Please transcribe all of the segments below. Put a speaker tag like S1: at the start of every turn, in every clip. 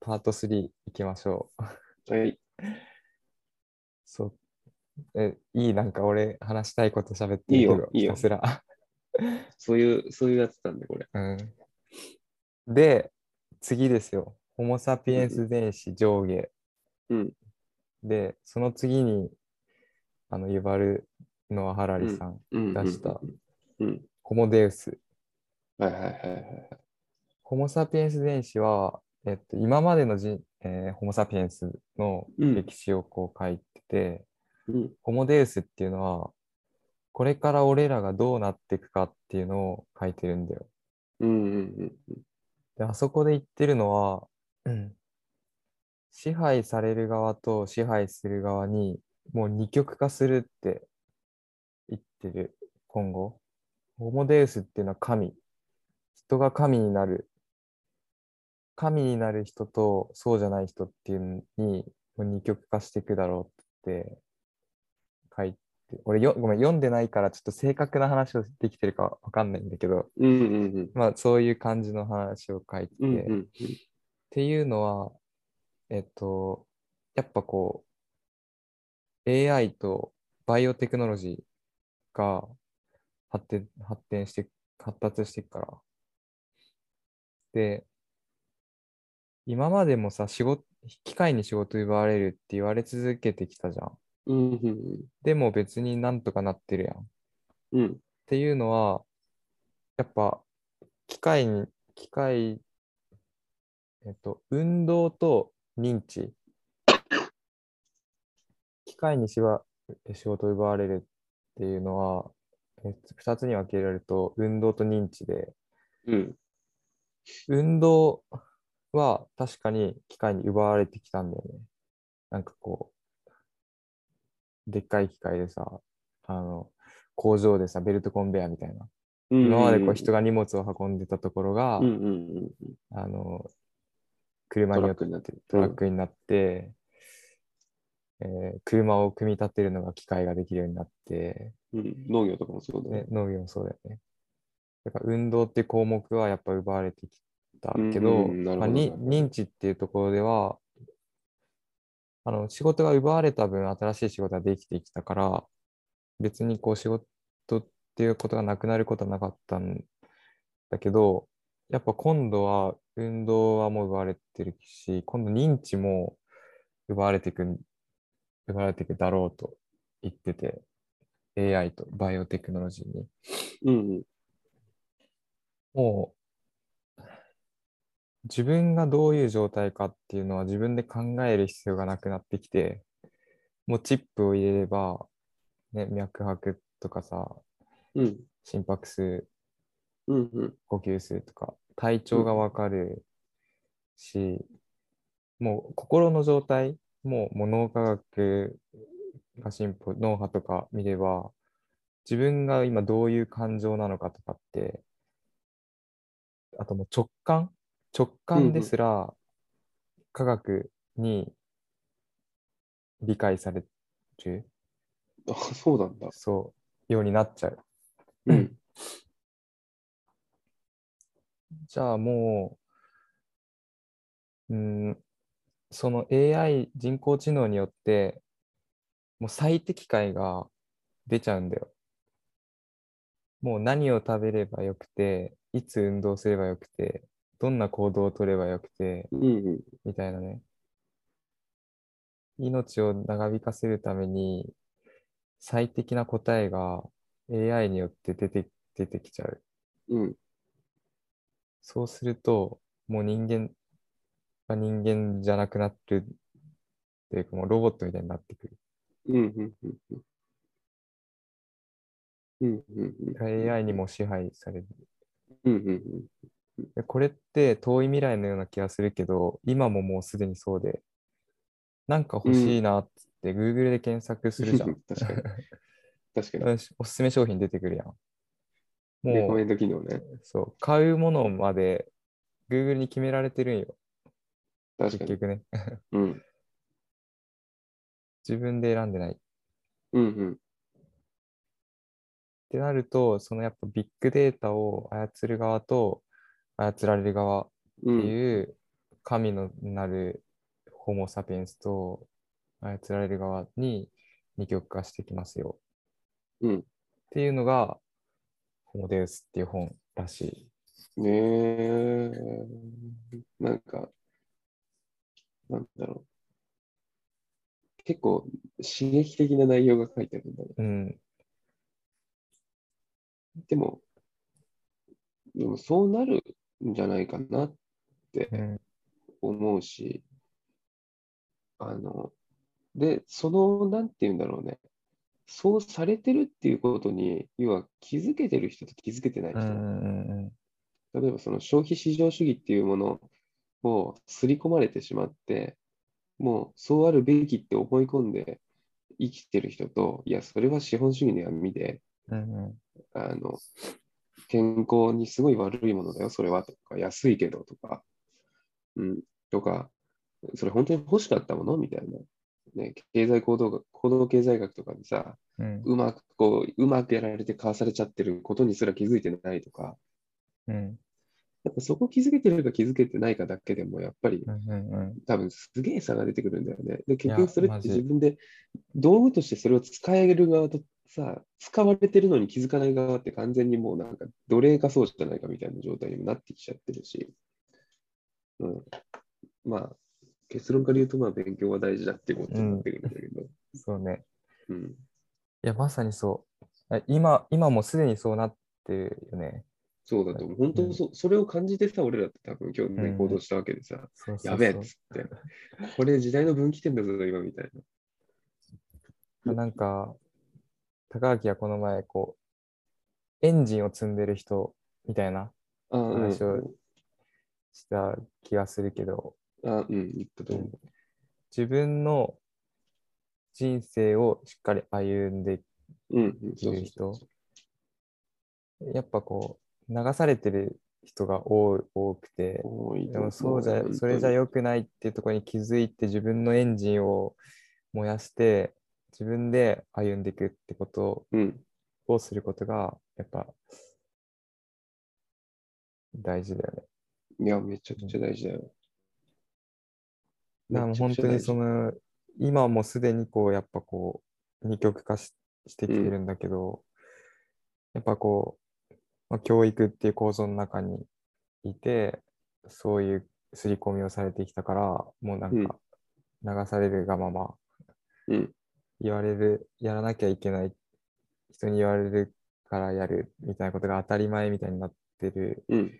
S1: パート3いきましょう。
S2: はい。
S1: そうえいい、なんか俺話したいこと喋ってるけど、
S2: いいよいい
S1: ひ
S2: よ
S1: たすら。
S2: そういう、そういうやつなんで、これ。
S1: うん、で、次ですよ。ホモ・サピエンス電子上下。
S2: うん
S1: で、その次に、あの、ユバル・ノア・ハラリさん、
S2: うん
S1: 出した。
S2: うん。うん
S1: ホモ・デウス。
S2: はいはいはいはい。
S1: ホモ・サピエンス電子は、えっと、今までの人、えーホモ・サピエンスの
S2: うん。
S1: 歴史をこう書いてて、
S2: うん。
S1: ホモデウスっていうのは、これから俺らがどうなっていくかっていうのを書いてるんだよ。
S2: うんうん
S1: で、あそこで言ってるのは、うん支配される側と支配する側にもう二極化するって言ってる、今後。ホモデウスっていうのは神。人が神になる。神になる人とそうじゃない人っていうのにもう二極化していくだろうって書いて、俺よごめん読んでないからちょっと正確な話をできてるかわかんないんだけど、
S2: うん。うんうんうん。
S1: まあそういう感じの話を書いてて、
S2: うん
S1: っ
S2: うん
S1: ていうのは、えっと、やっぱこう、AI とバイオテクノロジーが発展発展して、発達していくから。で、今までもさ、仕事、機械に仕事奪われるって言われ続けてきたじゃん。
S2: うんうん
S1: でも別になんとかなってるやん。
S2: うん。うん
S1: っていうのは、やっぱ機械に、機械、えっと、運動と認知。機械にしわ仕事を奪われるっていうのは、えっと、2つに分けられると、運動と認知で、
S2: うん。
S1: 運動は確かに機械に奪われてきたんだよね。なんかこう、でっかい機械でさ、あの、工場でさ、ベルトコンベヤーみたいな。
S2: うん
S1: 今までこう人が荷物を運んでたところが、
S2: うんうんうん
S1: あの車によって
S2: トラックになって
S1: トラックになって、えー車を組み立てるのが機械ができるようになって、
S2: うん。うん農業とかもそうだ
S1: ね
S2: ね。、
S1: 農業もそうだよね。だから運動って項目はやっぱ奪われてきたけど、
S2: うんうんなる
S1: まあ
S2: ほど
S1: に
S2: なるほど
S1: 認知っていうところではあの仕事が奪われた分新しい仕事ができてきたから別にこう仕事っていうことがなくなることはなかったんだけどやっぱ今度は運動はもう奪われてるし今度認知も奪われていくん奪われていくだろうと言ってて AI とバイオテクノロジーに。
S2: うんうん。
S1: もう、自分がどういう状態かっていうのは自分で考える必要がなくなってきて、もうチップを入れれば、ね、脈拍とかさ、
S2: うん
S1: 心拍数、
S2: うんうん。
S1: 呼吸数とか、体調がわかるし、もう心の状態、もうもう脳科学が進歩、脳波とか見れば、自分が今どういう感情なのかとかって、あともう直感直感ですら、科学に理解される、
S2: あ、そうなんだ。
S1: そう、ようになっちゃう。
S2: うん。
S1: じゃあもう、うん、その AI、人工知能によって、もう最適解が出ちゃうんだよ。もう何を食べればよくて、いつ運動すればよくて、どんな行動をとればよくて、
S2: うんうん。
S1: みたいなね。命を長引かせるために、最適な答えが AI によって出て、出てきちゃう。
S2: うん。
S1: そうすると、もう人間が人間じゃなくなってるっていうか、もうロボットみたいになってくる。
S2: うんうんうんうん。うんうんうん。
S1: AI にも支配される。
S2: うんうんうん。
S1: でこれって遠い未来のような気がするけど、今ももうすでにそうで、なんか欲しいなっつって、Google で検索するじゃん。
S2: 確かに。確かに。
S1: うんおすすめ商品出てくるやん。
S2: レコ
S1: も
S2: メ
S1: う、
S2: ンド機能ね。
S1: そう、買うものまで Google に決められてるんよ、結
S2: 確かに。
S1: 局ね。
S2: うん。
S1: 自分で選んでない。
S2: うんうん。
S1: ってなると、そのやっぱビッグデータを操る側と操られる側っ
S2: う
S1: て
S2: ん。
S1: いう神のなるホモ・サピエンスと操られる側に二極化してきますよ。
S2: うん
S1: っていうのが、ホモデウスっていう本らしい。
S2: ねえ、なんか、なんだろう。結構刺激的な内容が書いてあるんだね。
S1: うん、
S2: でも、でもそうなるんじゃないかなって
S1: うん、
S2: 思うし、あの、で、その、なんて言うんだろうね。そうされてるっていうことに、要は気づけてる人と気づけてない
S1: うん、う
S2: 人。
S1: んうん
S2: 例えばその消費至上主義っていうものを刷り込まれてしまって、もうそうあるべきって思い込んで生きてる人と、いや、それは資本主義の闇で、
S1: うんうん、
S2: あの、健康にすごい悪いものだよ、それはとか、安いけどとか、うん、とか、それ本当に欲しかったものみたいな。ね、経済行動学、行動経済学とかでさ、
S1: うん、
S2: うまくこう、うまくやられてかわされちゃってることにすら気づいてないとか、
S1: うん、
S2: やっぱそこ気づけてるか気づけてないかだけでも、やっぱり
S1: うん、うん、
S2: 多分すげえ差が出てくるんだよね。で、結
S1: いや
S2: 局それっ
S1: マジ
S2: て自分で道具としてそれを使える側とさ、使われてるのに気づかない側って完全にもうなんか奴隷化そうじゃないかみたいな状態にもなってきちゃってるし、うん。まあ、結論から言うと、まあ勉強は大事だっていうことになってくるんだけど、
S1: そうね。
S2: うん。
S1: いや、まさにそう。あ今、今もうすでにそうなってるよね。
S2: そうだと思う。本当そ、それを感じてさ、俺らって多分今日ね行動したわけでさ、
S1: そうそうそう
S2: やべえっつって、これ時代の分岐点だぞ、今みたいな。
S1: あなんか、高明はこの前、こう、エンジンを積んでる人みたいな
S2: あうん
S1: 話をした気がするけど、
S2: あ、うん、言ったと思う。
S1: 自分の人生をしっかり歩んで、
S2: うん、うん、そう
S1: 言う
S2: そう
S1: 人
S2: そう。
S1: やっぱこう、流されてる人が多い多くて、
S2: 多いと
S1: で
S2: 思
S1: もそうじゃ
S2: 本当、に
S1: それじゃ良くないっていうところに気づいて、自分のエンジンを燃やして、自分で歩んでいくってことを
S2: うん、
S1: をすることがやっぱ大事だよね。
S2: いや、めちゃくちゃ大事だよ。
S1: だからもう本当にそ
S2: の、
S1: の今もすでにこうやっぱこう二極化ししてきてるんだけど、やっぱこう、まあ、教育っていう構造の中にいてそういう刷り込みをされてきたからもうなんか流されるがまま
S2: うん、
S1: 言われるやらなきゃいけない人に言われるからやるみたいなことが当たり前みたいになってる
S2: うん、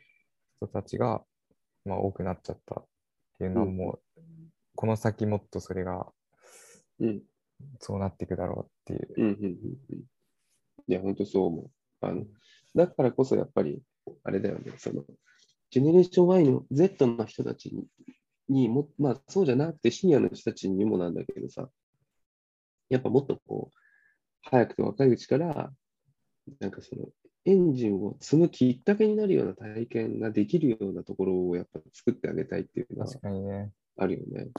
S1: 人たちが、まあ、多くなっちゃったっていうのは
S2: うん
S1: もう、この先もっとそれが
S2: うん、
S1: そうなっていくだろうっていう。
S2: うん、うん、うん。うんいや、本当そう思う。あの、だからこそやっぱり、あれだよね、その、ジェネレーション Y の Z の人たちに、にもまあ、そうじゃなくて、シニアの人たちにもなんだけどさ、やっぱもっとこう、早くて若いうちから、なんかその、エンジンを積むきっかけになるような体験ができるようなところをやっぱ作ってあげたいっていうのは
S1: 確かにね。
S2: あるよね。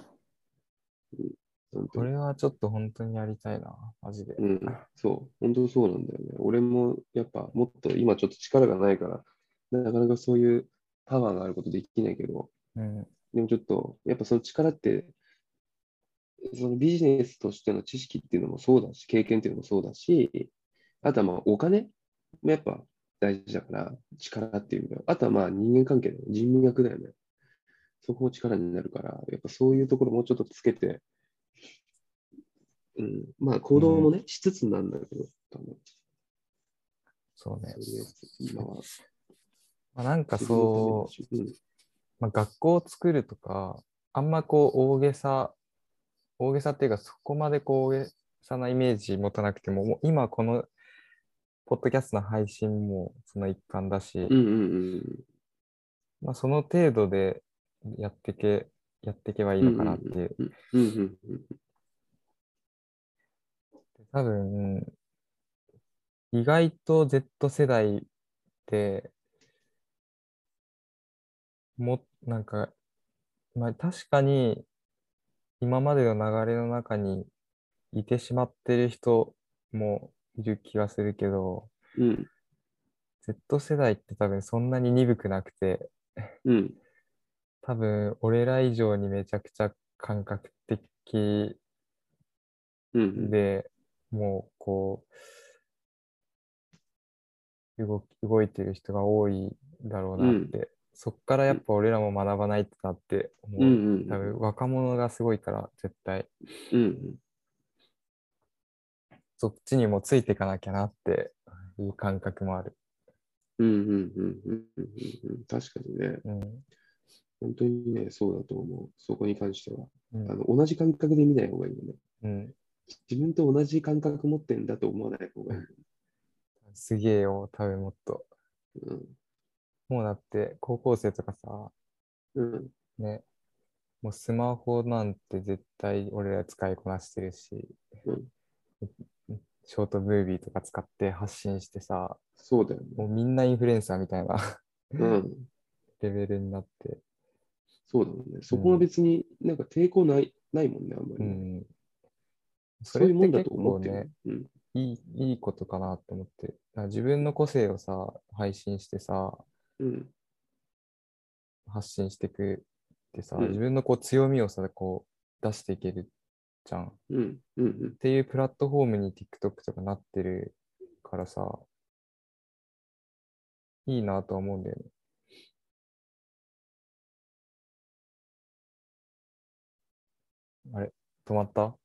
S2: うん本当
S1: こ
S2: に
S1: れはちょっと本当にやりたいな、マジで。
S2: うん、そう、本当そうなんだよね。俺もやっぱもっと今ちょっと力がないから、なかなかそういうパワーがあることできないけど、
S1: うん。
S2: でもちょっと、やっぱその力って、そのビジネスとしての知識っていうのもそうだし、経験っていうのもそうだし、あとはまあお金もやっぱ大事だから、力っていうのは、あとはまあ人間関係だよね、人脈だよね。そこも力になるから、やっぱそういうところもうちょっとつけて、うん、まあ行動もね、しつつなんだけど、多分
S1: そうね
S2: と。りあえず今は。
S1: まあ、なんかそう、
S2: う。うん、
S1: まあ、学校を作るとか、あんまこう大げさ、大げさっていうかそこまでこう大げさなイメージ持たなくても、もう今このポッドキャストの配信もその一環だし、
S2: うんうん
S1: まあ、その程度でやってけ、やっていけばいいのかなっていう。
S2: うん。うんうんうん。
S1: 多分、意外と Z 世代って、も、なんか、まあ確かに、今までの流れの中にいてしまってる人もいる気がするけど、
S2: うん。
S1: Z 世代って多分そんなに鈍くなくて、
S2: うん。
S1: 多分、俺ら以上にめちゃくちゃ感覚的
S2: うんうん。
S1: で、もうこう、動き動いてる人が多いだろうなって、そっからやっぱ俺らも学ばないってなって思う。
S2: うんう
S1: 多
S2: ん
S1: 分若者がすごいから、絶対、
S2: うん
S1: そっちにもついていかなきゃなっていう感覚もある。
S2: うんうんうんうんうんうんうん確かにね、
S1: うん。
S2: 本当にね、そうだと思う。そこに関しては。
S1: うん
S2: あの同じ感覚で見ない方がいいよね。
S1: うん、
S2: 自分と同じ感覚持ってんだと思わない方がいい。
S1: すげえよ、多分もっと。
S2: うん。
S1: もうだって、高校生とかさ、
S2: うん。
S1: ね、もうスマホなんて絶対俺ら使いこなしてるし、ショートムービーとか使って発信してさ、
S2: そうだよね。
S1: もうみんなインフルエンサーみたいな
S2: うん。
S1: レベルになって、
S2: そうだよね。そこは別になんか抵抗ない、ないもんね、あんま
S1: う
S2: りね。
S1: ん。そ
S2: そう
S1: れっ
S2: いうも
S1: て
S2: んだ
S1: 結
S2: と思
S1: 構
S2: って
S1: ね
S2: る。、うん。
S1: いいいいことかなと思って、だから自分の個性をさ、配信してさ、
S2: うん。
S1: 発信してくってさ、
S2: うん
S1: 自分のこう強みをさ、こう出していけるじゃん。
S2: うん。うん。うん
S1: っ。ていうプラットフォームに TikTok とかなってるからさ、いいなとは思うんだよね。あれ止まった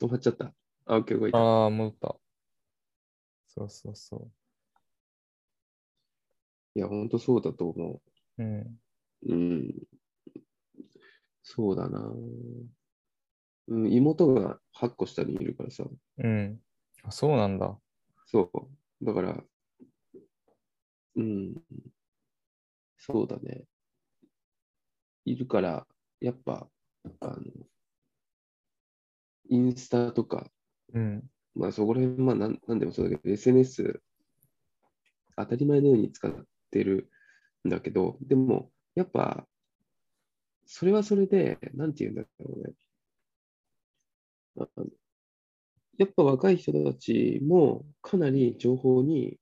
S2: 止まっちゃった。あ、OK、動いた。
S1: ああ、戻った。そうそうそ
S2: いや、本当そうだと思
S1: う。うん。
S2: う。うん。そうだな。うん、妹が8個下にいるからさ。
S1: うん。あ、そうなんだ。
S2: そう。だから、うん。そうだね。いるから、やっぱ、あの、インスタとか、
S1: うん。
S2: まあそこら辺、まあなんなんでもそうだけど、SNS、当たり前のように使ってるんだけど、でも、やっぱ、それはそれで、なんて言うんだろうね。あのやっぱ若い人たちもかなり情報に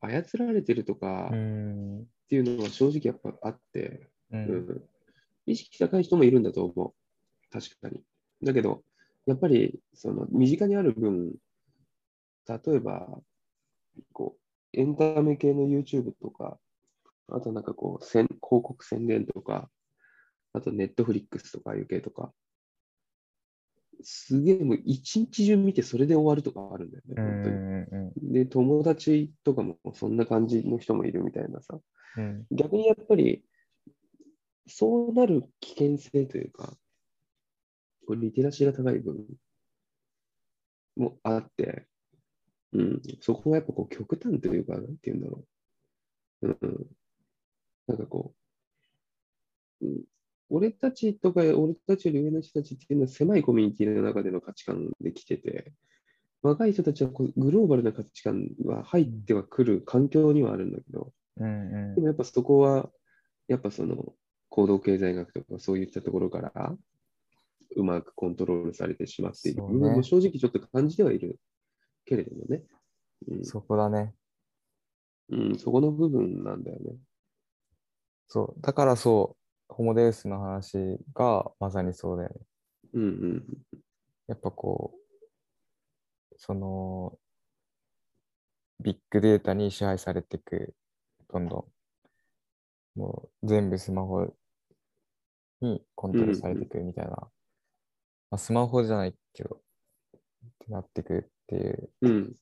S2: 操られてるとか
S1: う
S2: っ
S1: ん。
S2: ていうのは正直やっぱあって、
S1: う。
S2: うんん意識高い人もいるんだと思う。確かに。だけど、やっぱり、その、身近にある分、例えば、こう、エンタメ系の YouTube とか、あとなんかこう、宣広告宣伝とか、あと Netflix とかああいう系とか、すげえもう一日中見てそれで終わるとかあるんだよね、
S1: うん。う
S2: 本当に。
S1: ん。
S2: で、友達とかもそんな感じの人もいるみたいなさ。
S1: うん。
S2: 逆にやっぱり、そうなる危険性というか、これリテラシーが高い分もあって、うん、そこがやっぱこう極端というか、なんて言うんだろう。うん、なんかこう、うん、俺たちとか、俺たちより上の人たちっていうのは狭いコミュニティの中での価値観で来てて、若い人たちはこうグローバルな価値観は入ってはくる環境にはあるんだけど、
S1: うん
S2: で。もやっぱそこは、やっぱその行動経済学とかそういったところからうまくコントロールされてしまっている
S1: そうね
S2: 部分も正直ちょっと感じてはいるけれどもね。うん、
S1: そこだね。
S2: うん、そこの部分なんだよね。
S1: そう。だからそう、ホモデウスの話がまさにそうだよね。
S2: うんうん。
S1: やっぱこう、その、ビッグデータに支配されていく、どんどん、もう全部スマホにコントロールされていくみたいな、まあ、スマホじゃないけど、ってなっていくっていう
S2: うん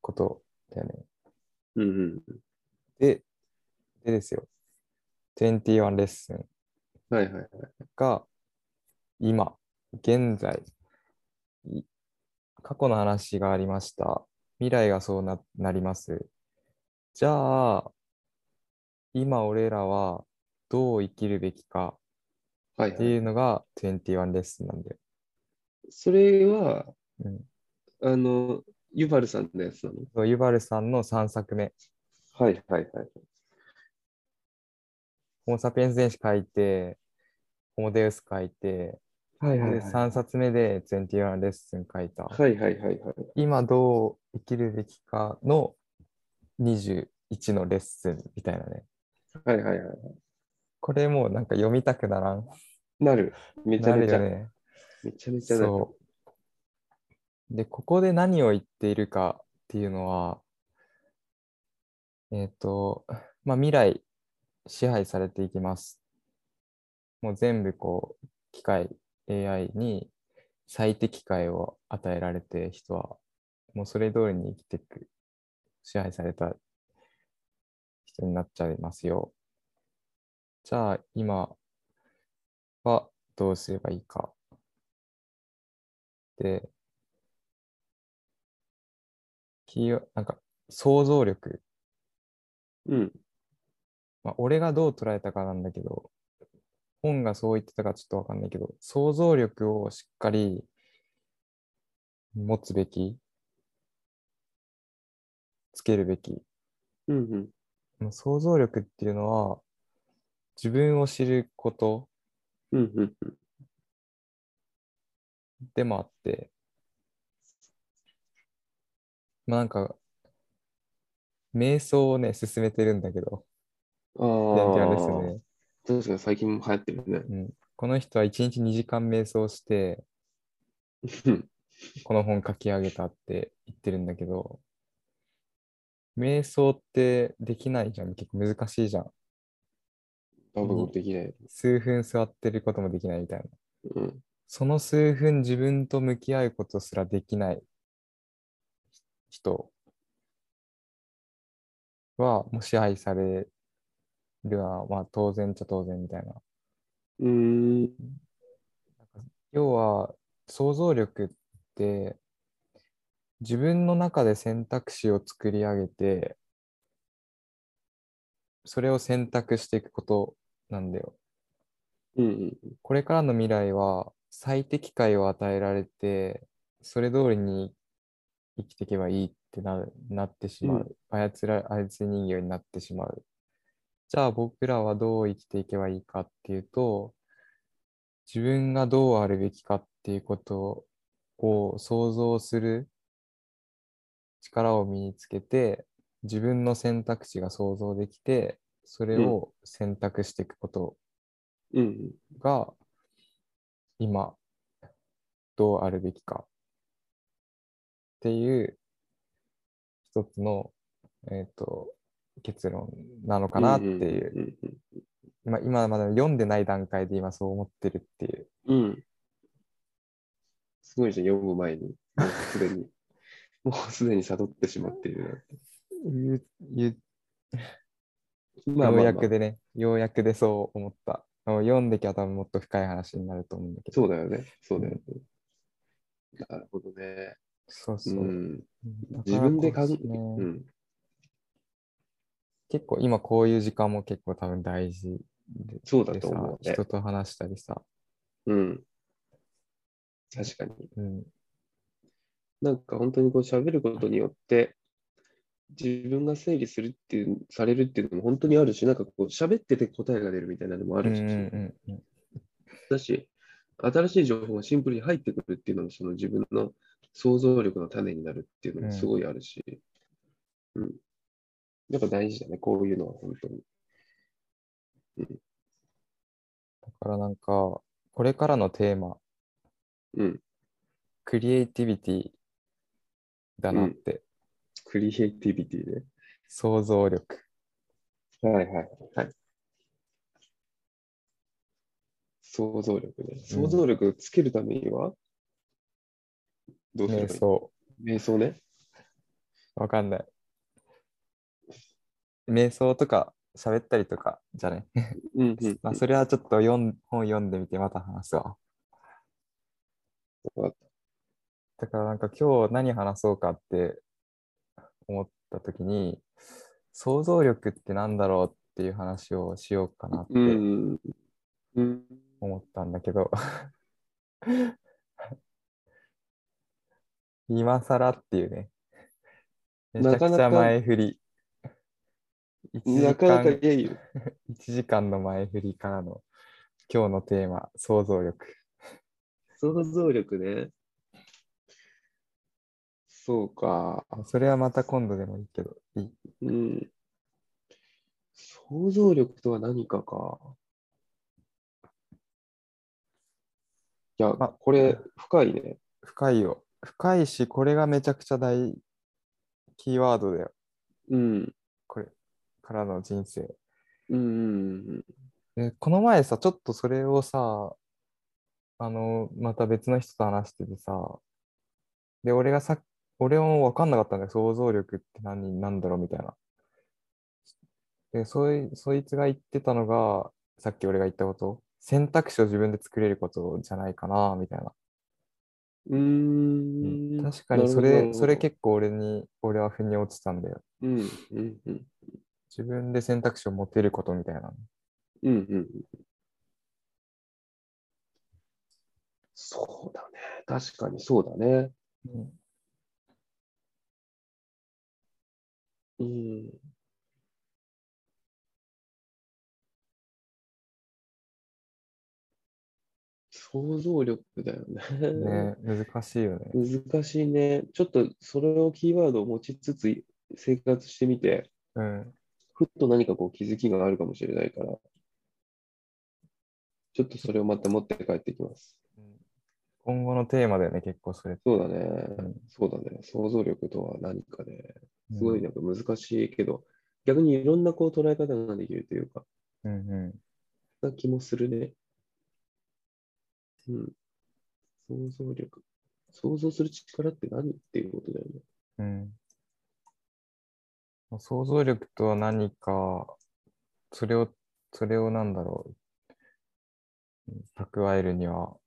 S1: ことだよね。
S2: うんうん。
S1: で、でですよ、21レッスン。
S2: はいはいはい。
S1: が今、現在、い過去の話がありました。未来がそうななります。じゃあ、今俺らはどう生きるべきか
S2: はい
S1: っ
S2: は
S1: て
S2: い。
S1: いうのが21レッスンなんだよ。
S2: それは、
S1: うん
S2: あの、ユバルさんのやつなの
S1: そうユバルさんの3作目、
S2: はいはいはい。
S1: ホモ・サピエンス全史書いて、ホモ・デウス書いて、
S2: はいはい
S1: で
S2: はい。
S1: 3冊目で21レッスン書いた。
S2: はいはいはいはい。
S1: 今どう生きるべきかの21のレッスンみたいなね。
S2: はいはいはい。
S1: これもうなんか読みたくならん。
S2: なる。めちゃめちゃ、
S1: なるよね。
S2: めちゃめちゃなる。
S1: そう。で、ここで何を言っているかっていうのは、えっ、と、まあ、未来支配されていきます。もう全部こう、機械、AI に最適解を与えられて、人はもうそれ通りに生きていく、支配された人になっちゃいますよ。じゃあ、今はどうすればいいか。で、キーワなんか想像力。
S2: うん。
S1: まあ、俺がどう捉えたかなんだけど、本がそう言ってたかちょっとわかんないけど、想像力をしっかり持つべき、つけるべき。
S2: うんうん。
S1: まあ想像力っていうのは、自分を知ること
S2: うんうんうん。
S1: でもあって、まあなんか、瞑想をね、進めてるんだけど、
S2: あ
S1: 勉強
S2: あ、
S1: ですよね。
S2: 確かに最近も流行ってるね。
S1: うん、この人は1日2時間瞑想して、
S2: うん
S1: この本書き上げたって言ってるんだけど、瞑想ってできないじゃん。結構難しいじゃん。
S2: 多分できない。
S1: 数分座ってることもできないみたいな。
S2: うん。
S1: その数分自分と向き合うことすらできない人は、もう支配されるは、まあ当然っちゃ当然みたいな。
S2: うーん。
S1: 要は想像力って自分の中で選択肢を作り上げてそれを選択していくことなんだよ。
S2: うんうん。
S1: これからの未来は最適解を与えられてそれ通りに生きていけばいいってななってしまう、操ら操り人形になってしまうじゃあ僕らはどう生きていけばいいかっていうと自分がどうあるべきかっていうことを想像する力を身につけて自分の選択肢が想像できてそれを選択していくこと、
S2: うんうん。
S1: が今どうあるべきかっていう一つの、えー、と結論なのかなっていう、
S2: うんうん
S1: まあ今まだ読んでない段階で今そう思ってるっていう
S2: うん。うん。すごいじゃん、読む前に。もうすでに。もうすでに悟ってしまっているな。
S1: ゆゆ
S2: ま
S1: よ
S2: あま
S1: う
S2: あ、ま
S1: や
S2: あ
S1: く、でね、ようやくでそう思った。あの読んできゃ多分もっと深い話になると思うんだけど。
S2: そうだよね。そうだよね。なるほどね。
S1: そうそうう。
S2: ん。
S1: だから
S2: 自分で考
S1: こそ
S2: え、
S1: ね
S2: うん。
S1: 結構今こういう時間も結構多分大事で
S2: そうだと思う
S1: で
S2: ね
S1: さ。人と話したりさ、
S2: うん。確かに。
S1: うん、
S2: なんか本当にこう喋ることによって、自分が整理するっていう、されるっていうのも本当にあるし、なんかこう喋ってて答えが出るみたいなのもあ
S1: うん
S2: る
S1: う
S2: し、
S1: んうん
S2: だし、新しい情報がシンプルに入ってくるっていうのも、その自分の想像力の種になるっていうのもすごいあるし、うん。やっぱ大事だね、こういうのは本当に。
S1: だからなんか、これからのテーマ、
S2: うん。
S1: クリエイティビティだなって、
S2: クリエイティビティね。
S1: 想像力。
S2: はいはいはい。想像力ね。想像力をつけるためには、どうすれ
S1: 瞑
S2: ばいい
S1: 想。
S2: 瞑想ね。
S1: わかんない。瞑想とか喋ったりとかじゃね。
S2: うんうん、
S1: まあ、それはちょっと読ん本読んでみてまた話すわ。
S2: わかっ
S1: だからなんか今日何話そうかって思った時に、想像力ってなんだろうっていう話をしようかなって
S2: うん。うん。
S1: 思ったんだけど、 今更っていうね。めち
S2: な
S1: ゃ
S2: か
S1: く
S2: な
S1: ち
S2: か
S1: ゃ前振り。1
S2: な
S1: 時
S2: かなか
S1: 間、
S2: いやいや、
S1: 一時間の前振りからの今日のテーマ、想像力。
S2: 想像力ね。そうか。
S1: それはまた今度でもいいけど、いい。
S2: うん。想像力とは何かか。いや、
S1: ま
S2: これ深いね。
S1: 深いよ。深いし、これがめちゃくちゃ大キーワードだよ。
S2: うん。
S1: これからの人生。
S2: うんうんう
S1: で
S2: ん
S1: この前さ、ちょっとそれをさ、あの、また別の人と話しててさ、で、俺がさ、俺も分かんなかったんだよ。想像力って何なんだろうみたいな。で、そい、そいつが言ってたのが、さっき俺が言ったこと、選択肢を自分で作れることじゃないかな、みたいな。
S2: うーん。
S1: 確かにそ
S2: なるほ
S1: れ、
S2: ど
S1: それ結構俺に、俺は腑に落ちたんだよ。
S2: うんうんうん
S1: 自分で選択肢を持てることみたいな。
S2: うんうん。そうだね。確かにそうだね。うん。想像力だよね。
S1: ね、難しいよね。
S2: 難しいね。ちょっとそれをキーワードを持ちつつ生活してみて、
S1: うん。
S2: ふっと何かこう気づきがあるかもしれないから、ちょっとそれをまた持って帰ってきます。
S1: 今後のテーマだよね、結構それ。
S2: そうだね
S1: ん。
S2: そうだね。想像力とは何かね。
S1: うん
S2: すごいなんか難しいけど、逆にいろんなこう捉え方ができるというか、
S1: うんう
S2: な気もするね。うん。想像力。想像する力って何っていうことだよね。
S1: ん。うん。想像力とは何か、それを、それをなんだろう、うん蓄えるには、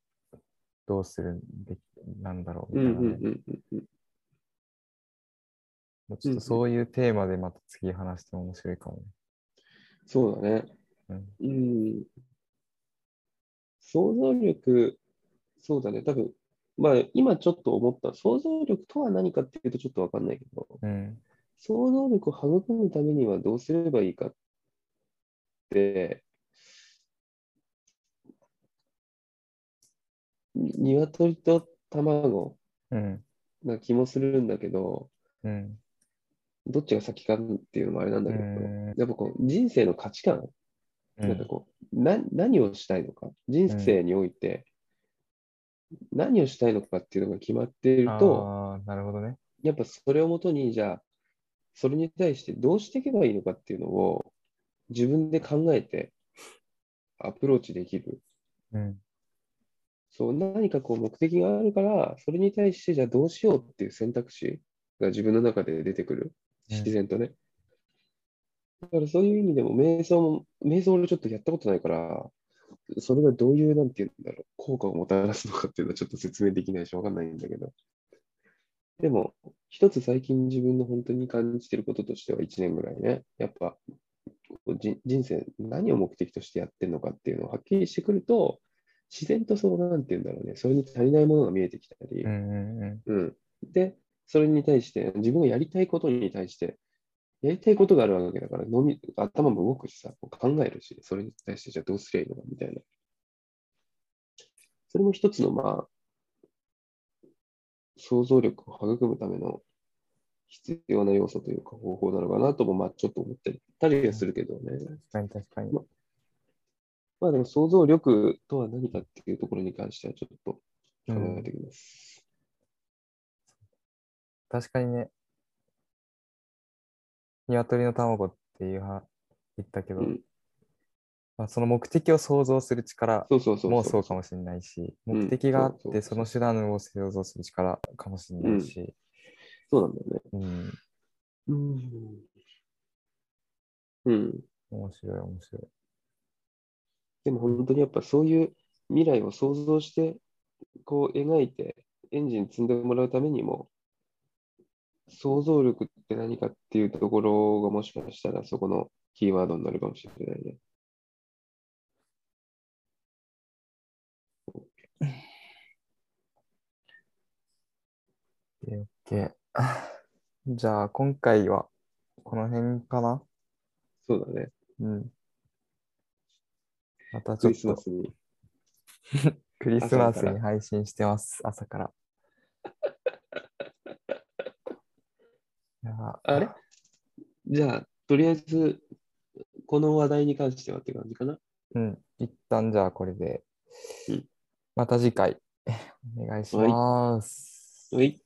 S1: どうするべき、なんだろう、
S2: う
S1: み
S2: ん
S1: た
S2: う
S1: いなね。
S2: んうんうんうん。
S1: もうちょっとそういうテーマでまた次話しても面白いかもね。
S2: そうだね。
S1: うん。
S2: うん。想像力、そうだね。多分、まあ今ちょっと思った、想像力とは何かっていうとちょっとわかんないけど、
S1: うん。
S2: 想像力を育むためにはどうすればいいかって、に鶏と卵
S1: うん。
S2: な気もするんだけど、
S1: うん。
S2: どっちが先かっていうのもあれなんだけど、
S1: うん
S2: やっぱこう人生の価値観、
S1: う
S2: なんか
S1: ん
S2: こうな、何をしたいのか、人生において何をしたいのかっていうのが決まっていると、
S1: ああ、なるほどね。
S2: やっぱそれをもとに、じゃあ、それに対してどうしていけばいいのかっていうのを自分で考えてアプローチできる。
S1: うん。
S2: そう、何かこう目的があるから、それに対してじゃあどうしようっていう選択肢が自分の中で出てくる。
S1: うん
S2: 自然とね。だからそういう意味でも、瞑想も、瞑想俺ちょっとやったことないから、それがどういう、なんて言うんだろう、効果をもたらすのかっていうのはちょっと説明できないし、わかんないんだけど。でも、一つ最近自分の本当に感じてることとしては、1年ぐらいね、やっぱ、こうじ人生、何を目的としてやってるのかっていうのをはっきりしてくると、自然とそう、なんて言うんだろうね、それに足りないものが見えてきたり、
S1: うんうんうん。
S2: うん。で、それに対して、自分がやりたいことに対して、やりたいことがあるわけだから、のみ頭も動くしさ、こう考えるし、それに対してじゃあどうすりゃいいのかみたいな。それも一つの、まあ、想像力を育むための必要な要素というか方法なのかなとも、まあちょっと思ってたりはするけどね。
S1: 確かに確かに。
S2: まあでも想像力とは何かっていうところに関してはちょっと考えてきます。
S1: 確かにね、鶏の卵っていうは言ったけど、
S2: うん
S1: まあ、その目的を想像する力
S2: そうそうそうそう。
S1: もそうかもしれないし、
S2: うん
S1: 目的があっ
S2: そうそ
S1: て
S2: う
S1: その手段を想像する力かもしれないし、
S2: そうなんだよね。
S1: うん
S2: うん。うん。
S1: 面白い面白い。
S2: でも本当にやっぱそういう未来を想像して、こう描いて、エンジン積んでもらうためにも、想像力って何かっていうところがもしかしたらそこのキーワードになるかもしれないね。
S1: OK。じゃあ、今回はこの辺かな
S2: そうだね。
S1: うん。またち
S2: ク
S1: ょっ
S2: リスマ
S1: と
S2: スに。
S1: クリスマス
S2: 朝から
S1: に配信してます、朝 から。いや
S2: あれじゃあ、とりあえず、この話題に関してはって感じかな。
S1: うん。一旦じゃあこれで
S2: うん、
S1: また次 回お願いします。
S2: はい。